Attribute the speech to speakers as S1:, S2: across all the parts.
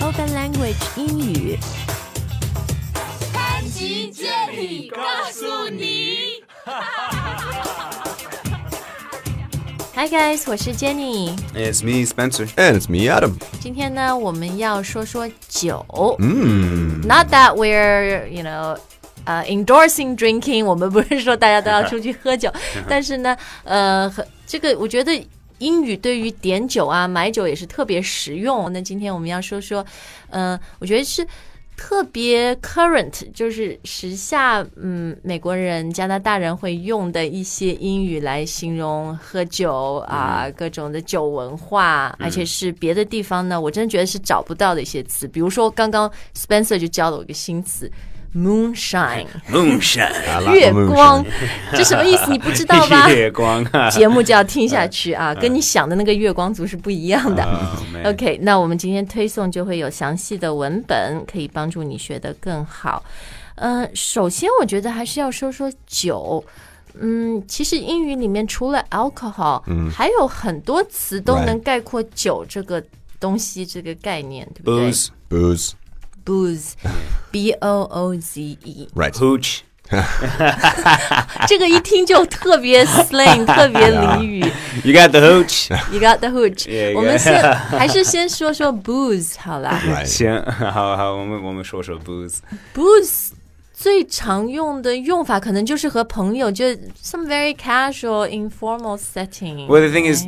S1: Open Language 英语。
S2: 班级接力告诉你。
S1: Hi guys，我是 Jenny。
S3: It's me, Spencer.
S4: And it's me, Adam.
S1: 今天呢，我们要说说酒。
S4: Mm.
S1: Not that we're you know。呃、endorsing drinking，我们不是说大家都要出去 喝酒，但是呢，呃，和这个我觉得英语对于点酒啊、买酒也是特别实用。那今天我们要说说，呃，我觉得是特别 current，就是时下，嗯，美国人、加拿大人会用的一些英语来形容喝酒啊、各种的酒文化，而且是别的地方呢，我真的觉得是找不到的一些词。比如说刚刚 Spencer 就教了我一个新词。Moonshine，
S3: Moonshine，
S4: I
S1: 月
S4: like the
S1: 光
S4: moonshine.，
S1: 这什么意思？你不知道吧？
S3: 月光啊，
S1: 节目就要听下去啊，跟你想的那个月光族是不一样的。
S4: 嗯
S3: Oh, man.
S4: 哎
S1: OK，那我们今天推送就会有详细的文本，可以帮助你学得更好。呃，首先我觉得还是要说说酒。嗯，其实英语里面除了 alcohol，、还有很多词都
S4: 嗯 Right
S1: 能概括酒这个东西、这个概念，对不对
S3: Booze,
S4: Booze.
S1: ？booze，b o o z e，
S4: Right.
S3: hooch,
S1: 这个一听就特别 slang，特别俚语。
S3: you got the hooch，
S1: You got the hooch
S3: Yeah, you
S1: 我们先还是先说说 booze 好啦
S4: Right.
S3: 行，好好，我们我们说说 booze，
S1: ，booze 最常用的用法可能就是和朋友，就 some very casual informal setting。
S3: Well, the thing is,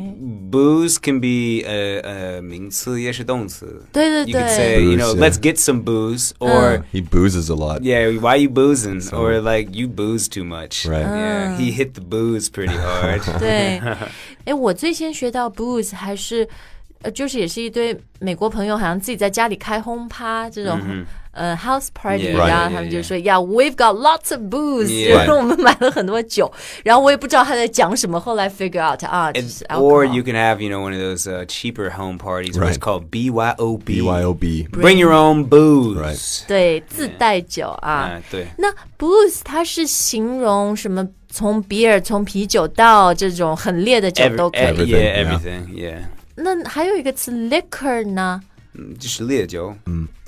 S3: booze can be a uh, uh, 名词也是动词。
S1: 对对
S3: You
S1: 对
S3: could say, you know,
S4: Booze, yeah.
S3: let's get some booze, or
S4: He boozes a lot.
S3: yeah, why you boozing,
S4: So-
S3: or like you booze too much.
S4: Right.
S3: Yeah, he hit the booze pretty hard.
S1: 对，哎，我最先学到 booze 还是。呃，就是也是一堆美国朋友，好像自己在家里开轰趴这种，呃，house party，
S3: 嗯 Yeah,
S1: 然后
S3: yeah,
S1: 他们
S3: yeah,
S1: 就
S3: yeah.
S1: 说呀，we've got lots of booze，就
S3: Yeah.
S1: 是 我们买了很多酒，然后我也不知道他在讲什么，后来 figure out 啊，这
S3: And-
S1: 是
S3: or
S1: alcohol
S3: you can have, you know, one of those uh, cheaper home parties where
S4: Right.
S3: it's called BYOB.
S4: BYOB.
S3: Bring your own booze.
S4: Right.
S1: 对，自带酒啊。
S3: 啊，对。
S1: 那 booze 它是形容什么？从 beer 从啤酒到这种很烈的酒
S3: Every-
S1: 都可
S3: e-
S1: 以。
S4: every-
S3: yeah,
S4: Everything, yeah.
S3: everything, yeah.
S1: 那还有一个词 liquor 呢？
S3: Just liquor,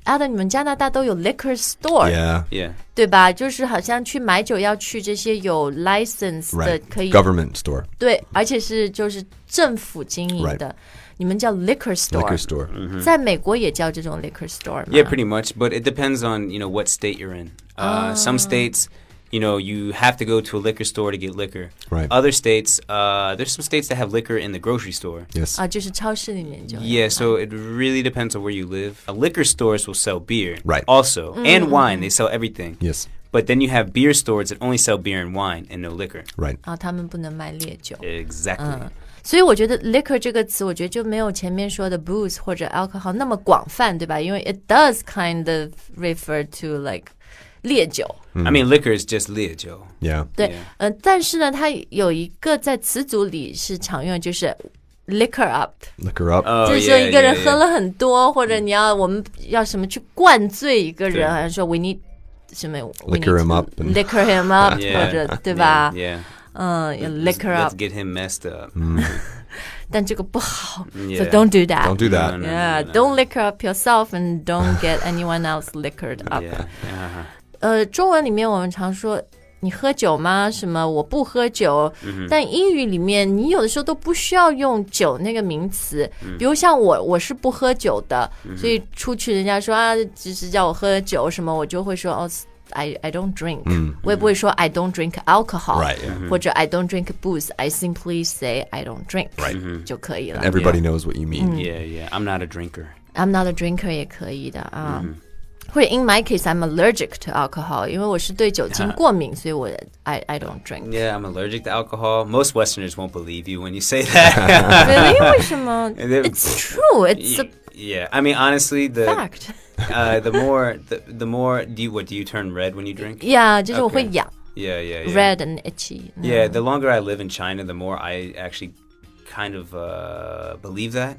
S1: 啊，的你们加拿大都有 liquor store，、
S4: Yeah.
S3: yeah.
S1: 对吧？就是好像去买酒要去这些有 license 的
S4: Right.
S1: 可以
S4: Government store.
S1: 对，而且是就是政府经营的你们叫 liquor
S4: Liquor
S1: store，
S4: store.
S3: Mm-hmm.
S1: 在美国也叫这种 liquor store 吗
S3: Yeah, pretty much. But it depends on you know what state you're in. Uh, Some states, you know, you have to go to a liquor store to get liquor.
S4: Right.
S3: Other states, uh, there's some states that have liquor in the grocery store.
S4: Yes.
S1: 啊，就是超市里面就有
S3: Yeah, so it really depends on where you live. Uh, liquor stores will sell beer,
S4: Right.
S3: Also, and wine. They sell everything.
S4: Yes.
S3: But then you have beer stores that only sell beer and wine and no liquor.
S4: Right.
S1: 啊，他们不能卖烈酒。
S3: Exactly.
S1: 所以我觉得 liquor 这个词，我觉得就没有前面说的 booze 或者 alcohol 那么广泛，对吧？因为 it does kind of refer to like 烈酒，
S3: I mean, liquor is just liquor.
S4: Yeah.
S1: 对
S3: Yeah.
S1: 呃，但是呢，它有一个在词组里是常用，就是 liquor up，、
S4: Liquor up.
S3: Oh,
S1: 就是说
S3: yeah, 嗯
S1: 一个
S3: yeah,
S1: 人
S3: yeah.
S1: 喝了很多，或者你要我们要什么去灌醉一个
S3: 嗯
S1: 人，好像说 we need 什么 we
S4: Liquor
S1: need
S4: him
S1: to
S4: up and-
S1: liquor him up，
S3: Yeah.
S1: 或者对吧
S3: Yeah. yeah.
S1: 嗯有
S3: Let's-
S1: ，liquor
S3: Let's
S1: up，
S3: get him messed up.
S1: 但这个不好
S3: Yeah.
S1: so don't do that。
S4: Don't do that.
S3: No, no, no,
S1: Yeah,
S3: no, no.
S1: don't liquor up yourself and don't get anyone else liquored up.
S3: Yeah. Uh-huh.
S1: 呃，中文里面我们常说你喝酒吗？什么我不喝酒。但英语里面你有的时候都不需要用酒那个名词，比如像我，我是不喝酒的，所以出去人家说啊，只是叫我喝酒什么，我就会说哦。I I don't drink，、我也不会说 I don't drink alcohol，、
S4: Right, yeah.
S1: 或者 I don't drink booze，I simply say I don't drink，、就可以了。
S4: Everybody knows what you mean.
S3: Yeah, yeah. I'm not a drinker.
S1: I'm not a drinker 也可以的啊。或者 In my case, I'm allergic to alcohol，因为我是对酒精过敏，所以我 I I don't drink。
S3: Yeah, I'm allergic to alcohol. Most Westerners won't believe you when you say that.
S1: 对，为什么
S3: They're-
S1: ？It's true. It's a
S3: Y- yeah, I mean honestly, the
S1: fact.
S3: uh, the more the, the more do you what do you turn red when you drink?
S1: Yeah，就是我会痒
S3: Yeah, yeah, yeah.
S1: ，red and itchy。
S3: Yeah, the longer I
S1: Mm.
S3: live in China, the more I actually kind of uh, believe that.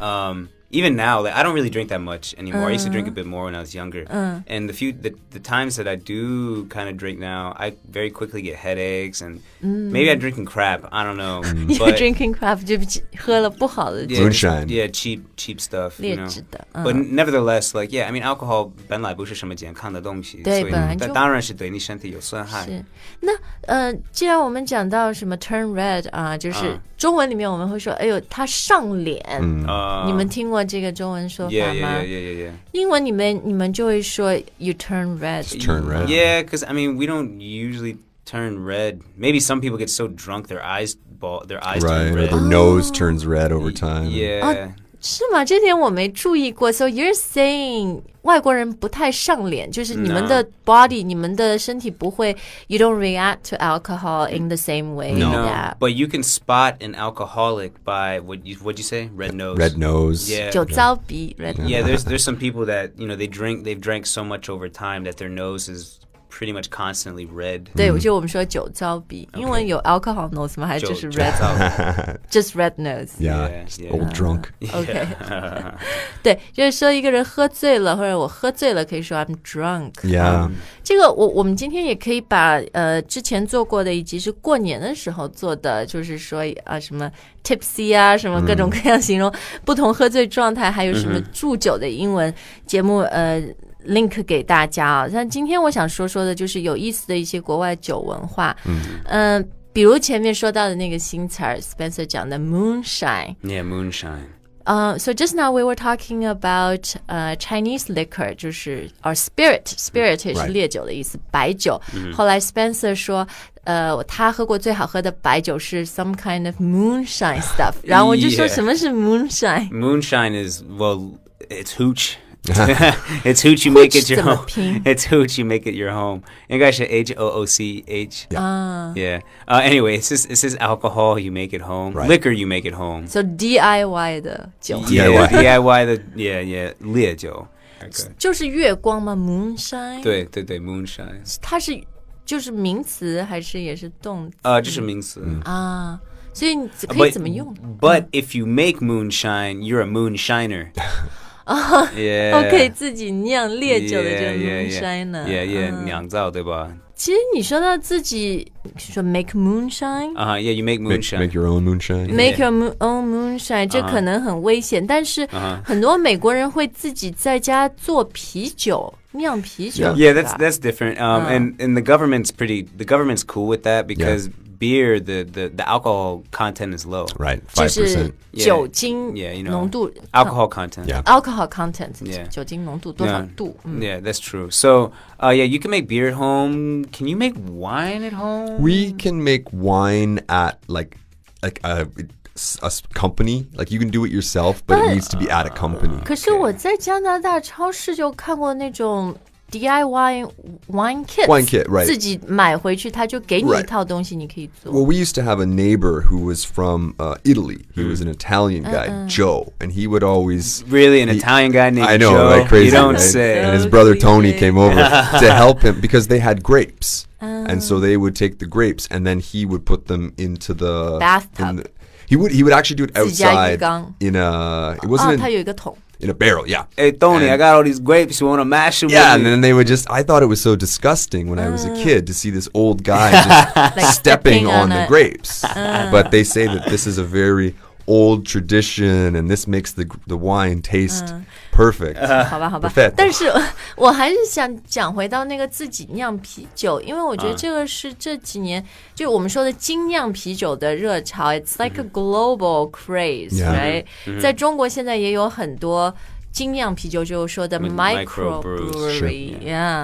S3: Um, even now, like I don't really drink that much anymore. I used to
S1: Uh.
S3: drink a bit more when I was younger. And the few the, the times that I do kind of drink now, I very quickly get headaches and maybe I'm drinking crap. I don't know.
S1: Mm. You're
S3: but-
S1: drinking crap 就喝了不好的
S3: yeah, just-
S4: Moonshine.
S3: Yeah, cheap cheap stuff. You know.
S1: 劣质的，
S3: But nevertheless, like yeah, I mean alcohol 本来不是什么健康的东西，
S1: 对，
S3: 所以
S1: 本来就-
S3: 但当然是对你身体有损害。
S1: 是，那呃，既然我们讲到什么 turn red 啊，就是
S3: 嗯
S1: 中文里面我们会说，哎呦，他上脸。
S3: 呃，
S1: 你们听过这个中文说法
S3: Yeah,
S1: 吗
S3: yeah, yeah, yeah, yeah, yeah.
S1: 英文里面你们就会说 you turn red。
S4: turn red.
S3: Yeah, because I mean, we don't usually turn red. Maybe some people get so drunk their eyes ball, their eyes
S4: Right.
S3: turn
S4: Or
S3: red.
S4: their nose turns red over time.
S3: Yeah.
S1: 是吗？这点我没注意过。So you're saying 外国人不太上脸，就是你们的 body，、你们的身体不会，you don't react to alcohol in the same way
S3: No,
S1: that
S3: but you can spot an alcoholic by what you what you say? Red nose.
S4: Red nose.
S3: Yeah.
S1: 酒糟鼻 red nose。
S3: Yeah, there's there's some people that, you know, they drink they've drank so much over time that their nose is pretty much constantly red.
S1: 对，就我们说酒糟鼻，英文有 alcohol nose 吗？还是就是 red just red nose？
S4: Yeah.
S3: Yeah,
S4: just
S3: yeah.
S4: Old drunk.
S1: OK，对，就是说一个人喝醉了，或者我喝醉了，可以说 I'm drunk。
S4: Yeah.
S1: 这个我我们今天也可以把呃之前做过的，以及是过年的时候做的，就是说啊什么 tipsy 啊，什么各种各样形容、不同喝醉状态，还有什么祝酒的英文节目呃 link 给大家啊。但今天我想说说的就是有意思的一些国外酒文化，嗯、比如前面说到的那个新词儿，Spencer 讲的 moonshine。
S3: yeah, moonshine.
S1: Uh, so just now we were talking about uh, Chinese liquor，就是 or spirit，spirit 也是
S4: Right.
S1: 烈酒的意思，白酒。后来 Spencer 说，呃，他喝过最好喝的白酒是 some kind of moonshine stuff，然后 我就说
S3: Yeah.
S1: 什么是 moonshine？
S3: Moonshine is well, it's hooch. it's hooch you make
S1: Hooch
S3: it your
S1: 怎么
S3: home.
S1: 拼？
S3: It's hooch you make it your home. You guys should H O O C H. Yeah. Uh, anyway, it's just it's just alcohol you make it home.
S4: Right.
S3: Liquor you make it home.
S1: So DIY 的酒
S4: DIY.
S3: Yeah, DIY the yeah yeah 烈酒。Okay.
S1: 就是月光吗？moonshine，，
S3: 对对对 moonshine
S1: 它是就是名词还是也是动词
S3: Uh, 啊，这是名词。
S1: 啊？所以你可以
S3: But,
S1: 怎么用
S3: but if you make moonshine, you're a moonshiner. yeah.
S1: 哦，可以自己酿烈酒的这个
S3: Yeah, yeah,
S1: moonshine 呢
S3: Yeah, yeah,
S1: 嗯
S3: 酿造对吧？
S1: 其实你说到自己说 make moonshine，make、
S3: Uh huh. Yeah, you make
S4: Make,
S3: moonshine.
S4: make your own moonshine.
S1: your mo- own moonshine，、这可能很危险，但是
S3: 啊
S1: 很多美国人会自己在家做啤酒，酿啤酒。
S3: yeah, that's
S1: 对吧
S3: that's different. Um,
S1: Uh.
S3: and and the government's pretty. The government's cool with that because beer, the, the the alcohol content is low.
S4: Right.
S1: 就
S4: Five
S1: 是
S4: percent.
S1: 酒精
S3: Yeah, you know.
S1: 浓度
S3: Alcohol content.
S4: Yeah.
S1: alcohol content，、
S3: Yeah.
S1: 酒精浓度多少
S3: Yeah.
S1: 度？嗯
S3: Yeah, that's true. So, uh, yeah, you can make beer at home. Can you make wine at home?
S4: We can make wine at like like a, a s- company. Like you can do it yourself, but it needs to be at a company.
S1: 可是我在加拿大超市就看过那种 DIY wine kit，
S4: Wine kit, right.
S1: 自己买回去，他就给你一
S4: Right.
S1: 套东西，你可以做。
S4: Well, we used to have a neighbor who was from uh, Italy. He was
S3: Hmm.
S4: an Italian guy,
S1: Uh-uh.
S4: Joe, and he would always.
S3: Really, an Italian guy named
S4: I know,
S3: Joe?
S4: right? Crazy.
S3: You don't
S4: right?
S3: say.
S4: And his
S1: So
S4: brother Tony
S1: creepy.
S4: came over to help him because they had grapes, and
S1: Oh.
S4: so they would take the grapes and then he would put them into the
S1: Bathtub.
S4: in the- he would he would actually do it
S1: 自家浴缸。
S4: outside in a it
S1: 哦，
S4: wasn't
S1: 它
S4: in,
S1: 有一个桶。
S4: in a barrel, yeah.
S3: Hey, Tony,
S4: And-
S3: I got all these grapes. You want to mash them?
S4: yeah,
S3: with
S4: and
S3: me?
S4: then they would just. I thought it was so disgusting when I was a kid to see this old guy just
S1: stepping
S4: stepping,
S1: on
S4: on the
S1: it. Uh.
S4: grapes. But they say that this is a very old tradition, and this makes the the wine taste
S1: Uh.
S4: perfect.
S3: Uh.
S1: 好吧，好吧
S4: Perfect
S1: 但是 我还是想讲回到那个自己酿啤酒，因为我觉得这个是这几年、就我们说的精酿啤酒的热潮，it's like a global craze，right？、
S4: Yeah
S1: 在中国现在也有很多精酿啤酒，就是说的
S3: Mm,
S1: micro
S3: microbrews
S1: brewery，yeah。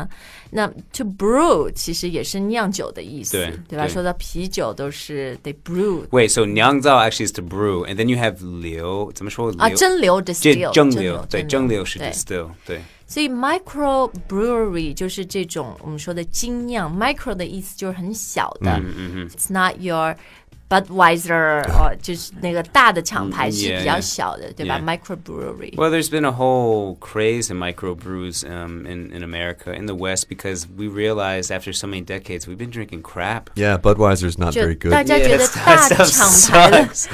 S1: 那 to brew 其实也是酿酒的意思，
S3: 对
S1: 吧？
S3: 对
S1: 说到啤酒都是 they brew
S3: Wait, so 酿造 actually is to brew, and then you have 流怎么说？
S1: 啊，蒸馏 distill 蒸馏
S3: 蒸馏，对，蒸馏是
S1: 对
S3: distill，对。
S1: 所以 micro brewery 就是这种我们说的精酿，micro 的意思就是很小的、i t s not your Budweiser 哦，就是那个大的厂牌是
S3: Yeah,
S1: 比较
S3: yeah.
S1: 小的，对吧
S3: 嗯 Yeah.
S1: Microbrewery，
S3: Well, there's been a whole craze in microbrews um, in in America, in the West, because we realized after so many decades we've been drinking crap.
S4: Yeah, Budweiser's not very
S1: 就
S4: good.
S1: 大家觉得
S3: Yes, that
S1: 大
S3: stuff
S1: 厂牌的
S3: sucks.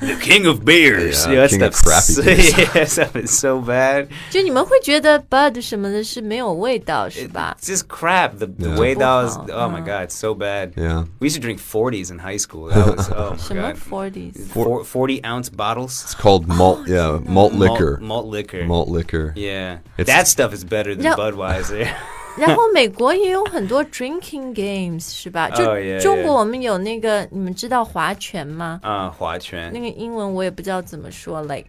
S3: the king of beers.
S4: Yeah,
S3: Yeah, that
S4: king of
S3: stuff's-
S4: crappy beers.
S3: yeah, that stuff is so bad.
S1: 就你们会觉得 Bud 什么的是没有味道，是吧
S3: It's just crap. The, the
S4: Yeah.
S3: way that was.
S1: Wow.
S3: Oh my god, it's so bad.
S4: Yeah.
S3: We used to drink 40s in high school. That was oh
S1: 什么
S3: my god.
S1: Forties？
S3: Four, 40 ounce bottles.
S4: It's
S1: Oh,
S4: called malt. yeah, malt liquor.
S3: Malt, malt liquor.
S4: Malt liquor.
S3: Yeah.
S4: It's-
S3: that stuff is better than
S1: Yeah.
S3: Budweiser.
S1: 然后美国也有很多 drinking games，是吧？就
S3: Oh, yeah,
S1: 中国
S3: yeah.
S1: 我们有那个，你们知道划拳吗？
S3: uh, Huachuan.
S1: 那个英文我也不知道怎么说，like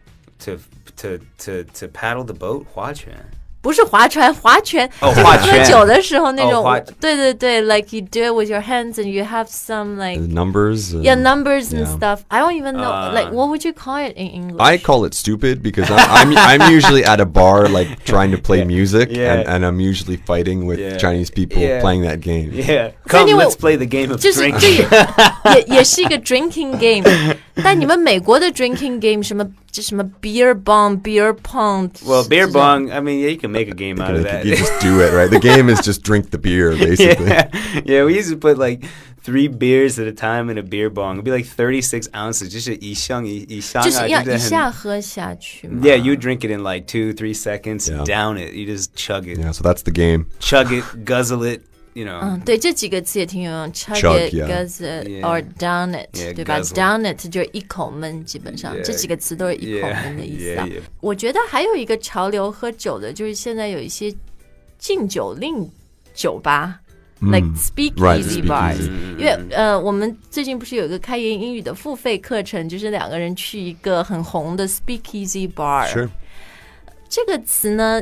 S3: to to to to paddle the boat, Huachuan.
S1: 不是划船，划拳，
S3: 哦
S1: 就是
S3: 划
S1: 喝
S3: 拳
S1: 酒的时候那
S3: 哦
S1: 种
S3: 划，
S1: 对对对，like you do it with your hands and you have some like
S4: The numbers. and-
S1: yeah numbers and
S4: yeah.
S1: stuff. I don't even know
S3: Uh,
S1: like what would you call it in English?
S4: I call it stupid because I'm, I'm I'm usually at a bar like trying to play music
S3: Yeah.
S4: and, and I'm usually fighting with
S3: Yeah.
S4: Chinese people
S3: Yeah.
S4: playing that game.
S3: Yeah. Come,
S1: anyway-
S3: let's play the game of
S1: 就是这
S3: drinking.
S1: 也也也是一个 drinking game，但你们美国的 drinking game 什么这什么 beer bong beer pong，
S3: Well, beer
S1: 这种
S3: bong. I mean, yeah, you can make a game out of
S4: Like, you
S3: that.
S4: just do it, right? The game is just drink the beer, basically.
S3: yeah. yeah, we used to put like three beers at a time in a beer bong. It'd be like 36 ounces. Just a
S1: 就
S3: 一箱一一箱
S1: 是要一下喝下去嘛。
S3: Yeah, you drink it in like two, three seconds.
S4: Yeah.
S3: Down it. You just chug it,
S4: Yeah, so that's the game.
S3: chug it, guzzle it. You know.
S1: 嗯，对，这几个词也挺有用，chug
S4: Chug,
S1: it,
S4: yeah.
S1: guzz it,
S3: Yeah.
S1: or down it，
S3: Yeah,
S1: 对吧
S3: guzzle.
S1: ？down it 就是一口闷，基本上
S3: Yeah.
S1: 这几个词都是一口闷的意思啊
S3: Yeah, yeah,。
S1: 我觉得还有一个潮流喝酒的，就是现在有一些禁酒令酒吧。Like
S4: 嗯 right,
S1: speakeasy
S4: speakeasy
S1: bars，、
S3: 嗯
S1: 因为呃，我们最近不是有一个开言英语的付费课程，就是两个人去一个很红的 speakeasy bar。
S4: Sure.
S1: 这个词呢，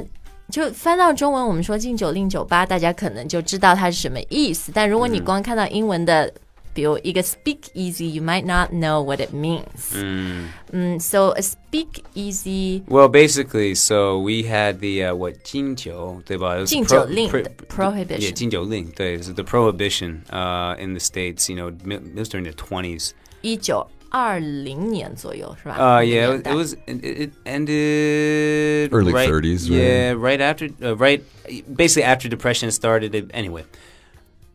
S1: 就翻到中文，我们说禁酒令酒吧，大家可能就知道它是什么意思。但如果
S3: 嗯
S1: 你光看到英文的，比如一个 speak easy，you might not know what it means。嗯，so a speak easy
S3: Well, basically, so we had the uh, what uh, 禁酒对吧？It was
S1: 禁酒令
S3: pro-
S1: the
S3: pro-
S1: prohibition.
S3: Yeah, 禁酒令对 so the prohibition uh, in the states. You know, it was during the twenties.
S1: 一九二零年左右是吧？
S3: Uh,
S1: 那个
S3: yeah,
S1: 年
S3: it,
S1: 代
S3: was. It, it ended
S4: Early
S3: right-
S4: 30s, right?
S3: Yeah, right after, uh, right, basically after depression started. It, anyway,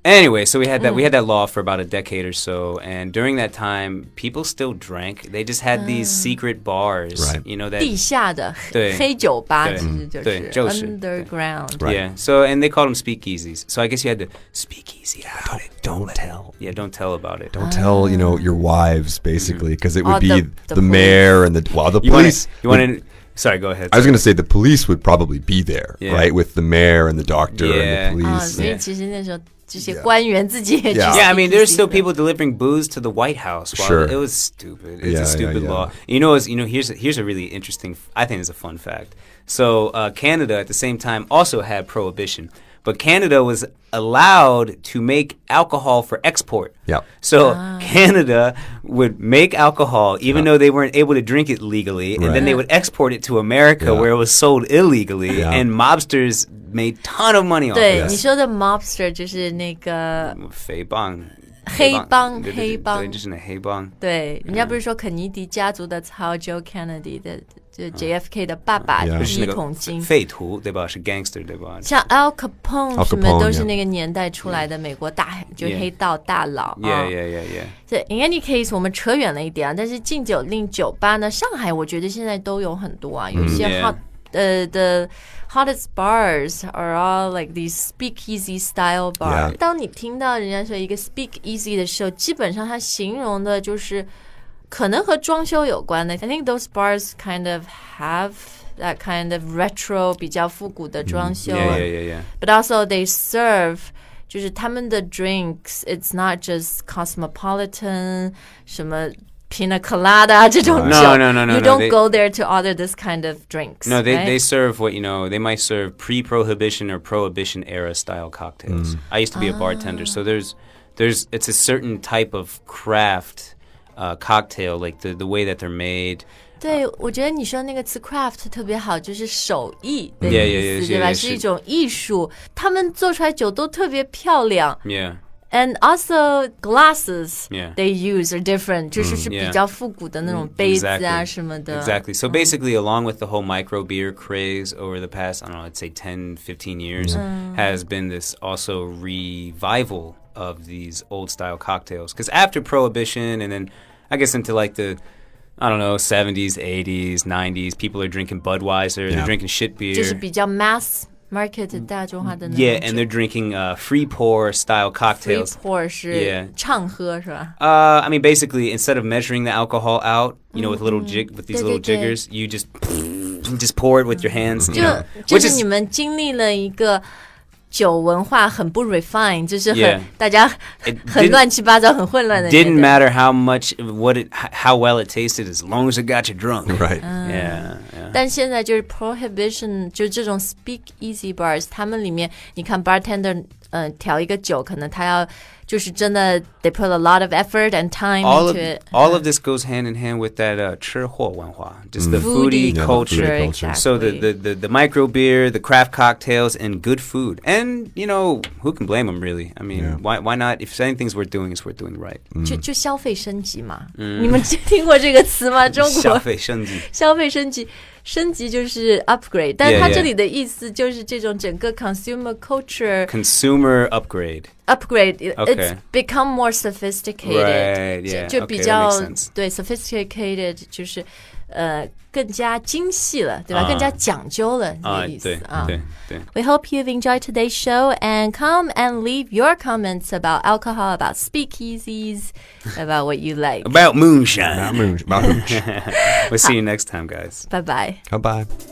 S3: anyway, so we had that. We had that law for about a decade or so, and during that time, people still drank. They just had these
S1: Ah.
S3: secret bars.
S4: Right.
S3: You know that
S1: 地下的
S3: 对
S1: 黑酒吧，
S3: 对
S1: 其实就
S3: 对
S1: 是
S3: 就是对
S1: underground。
S4: Right.
S3: Yeah. So and they called them speakeasies. So I guess you had to speakeasy out. Don't, it. don't, tell. Ah. Yeah, don't tell about it.
S4: Don't tell you know your wives basically because it would
S1: Oh,
S4: be
S1: the-
S4: the,
S1: the
S4: mayor and the well the
S3: Mm-hmm. You
S4: police.
S3: want to? You want
S4: would-
S3: to? Sorry, go ahead.
S4: I was going to say the police would probably be there,
S3: Yeah.
S4: right, with the mayor and the doctor
S3: Yeah.
S4: and the
S1: 啊，
S4: police.
S1: 所以其实那时候这些官员自己也去
S4: Yeah.
S3: yeah, I mean, there's still
S1: speakeasy 的
S3: people delivering booze to the White House. Wow,
S4: Sure.
S3: it was stupid. It's
S4: Yeah, yeah,
S3: a stupid
S4: yeah.
S3: law. You know, it's, you know, here's a, here's a really interesting. I think it's a fun fact. So uh, Canada, at the same time, also had prohibition, but Canada was allowed to make alcohol for export.
S4: Yeah.
S3: So Canada would make alcohol, even though they weren't able to drink it legally, and
S4: Right.
S3: then they would export it to America,
S4: Yeah.
S3: where it was sold illegally,
S4: Yeah.
S3: and mobsters made ton of money off
S1: 对，
S3: of
S1: 你
S3: this.
S1: 说的 mobster 就是那个
S3: 肥棒，
S1: 黑帮，
S3: 对，对，对，
S1: 黑
S3: 对，
S1: 帮。
S3: 就是那黑帮。
S1: 对，人家不是说肯尼迪家族的操 Joe Kennedy 的，就 JFK 的爸爸
S4: 嗯
S1: 第一
S3: 就是那个
S1: 桶金。
S3: 匪徒，对吧？是 gangster，对吧？
S1: 像 Al Capone
S4: Al
S1: 什么
S4: Capone，
S1: 都是
S4: yeah
S1: 那个年代出来的美国大，就是
S3: Yeah
S1: 黑道大佬啊
S3: Yeah,。yeah, yeah, yeah.
S1: 对，in any case，我们扯远了一点啊，但是禁酒令酒吧呢，上海我觉得现在都有很多啊，有一些
S3: Yeah
S1: hot，呃的 hottest bars are all like these speakeasy style bar。
S4: Yeah
S1: 当你听到人家说一个 speakeasy 的时候，基本上它形容的就是可能和装修有关的。I think those bars kind of have that kind of retro 比较复古的装修。啊
S3: Yeah, yeah, yeah, yeah.
S1: but also they serve 就是他们的 drinks it's not just cosmopolitan 什么 pina colada 这种
S3: No,
S1: 酒
S3: no, no, no,
S1: you
S3: no,
S1: don't
S3: they-
S1: go there to order this kind of drinks
S3: No, they,
S1: right?
S3: they serve what you know. They might serve pre-prohibition or prohibition era style cocktails. I used to be a bartender, so there's there's it's a certain type of craft uh, cocktail, like the the way that they're made.
S1: 对，我觉得你说那个词 craft 特别好，就是手艺的
S3: Yeah,
S1: 意思
S3: yeah, yeah,
S1: 对吧
S3: yeah,
S1: 是
S3: 是
S1: 一种艺术。他们做出来酒都特别漂亮，
S3: Yeah.
S1: And also glasses
S3: Yeah.
S1: they use are different，就是是比
S3: yeah.
S1: 较复古的那种杯子啊
S3: Exactly.
S1: 什么的。
S3: Exactly. So basically, along with the whole micro beer craze over the past, I don't know, I'd say 10, 15 years, has been this also revival of these old style cocktails. Because after Prohibition, and then I guess into like the, I don't know, 70s, 80s, 90s, people are drinking Budweiser,
S4: Yeah.
S3: they're drinking shit
S1: 就
S3: beer.
S1: 是比较 mass market 大众化的那种酒。
S3: Yeah, and they're drinking uh, free pour style
S1: free
S3: cocktails.
S1: pour 是
S3: Yeah.
S1: 畅喝是吧？
S3: Uh, I mean, basically, instead of measuring the alcohol out, you know, with little
S1: Mm-hmm.
S3: jig, with these
S1: Dig,
S3: little
S1: dig, dig.
S3: jiggers, you just just pour it with your hands.
S4: Mm-hmm.
S3: You
S1: 就
S3: know,
S1: 就
S3: which
S1: 是你
S3: is
S1: 们经历了一个酒文化很不 refine，就是很
S3: Yeah.
S1: 大家
S3: it
S1: 很
S3: didn't,
S1: 乱七八糟、很混乱的年代。
S3: didn't matter how much what it h- how well it tasted as long as it got you drunk.
S4: Right.
S1: Ah.
S3: Yeah. yeah.
S1: 但现在就是 prohibition，就这种 speak easy bars，他们里面你看 bartender，嗯、调一个酒，可能他要就是真的 they put a lot of effort and time into
S3: All of
S1: it。Uh-huh.
S3: all of this goes hand in hand with that uh, 吃货文化, just the
S1: Foodie Yeah,
S3: foodie
S4: the
S3: culture.
S4: foodie
S1: culture.
S3: So the, the, the, the micro beer, the craft cocktails, and good food. And, you know, who can blame them, really? I mean,
S4: Yeah.
S3: why, why not? If anything's worth doing, it's worth doing right.
S1: 就就消费升级嘛，你们听过这个词 吗？中国
S3: 消费升级。
S1: 消费升级，升级就是 upgrade，但
S3: Yeah,
S1: 它
S3: yeah.
S1: 这里的意思就是这种整个 consumer culture
S3: Consumer upgrade.
S1: upgrade it- it's
S3: Okay.
S1: become more sophisticated，
S3: Right, yeah,
S1: 就就
S3: okay,
S1: 比较
S3: that makes sense.
S1: 对 sophisticated 就是呃更加精细了，对吧？
S3: 啊
S1: 更加讲究了，这
S3: Ah,
S1: 个意思啊。
S3: 啊，对对对。
S1: We hope you've enjoyed today's show and come and leave your comments about alcohol, about speakeasies, about what you like.
S3: About moonshine.
S4: Moon- Moon-
S3: We'll see you next time, guys.
S1: Bye bye.
S4: Bye-bye.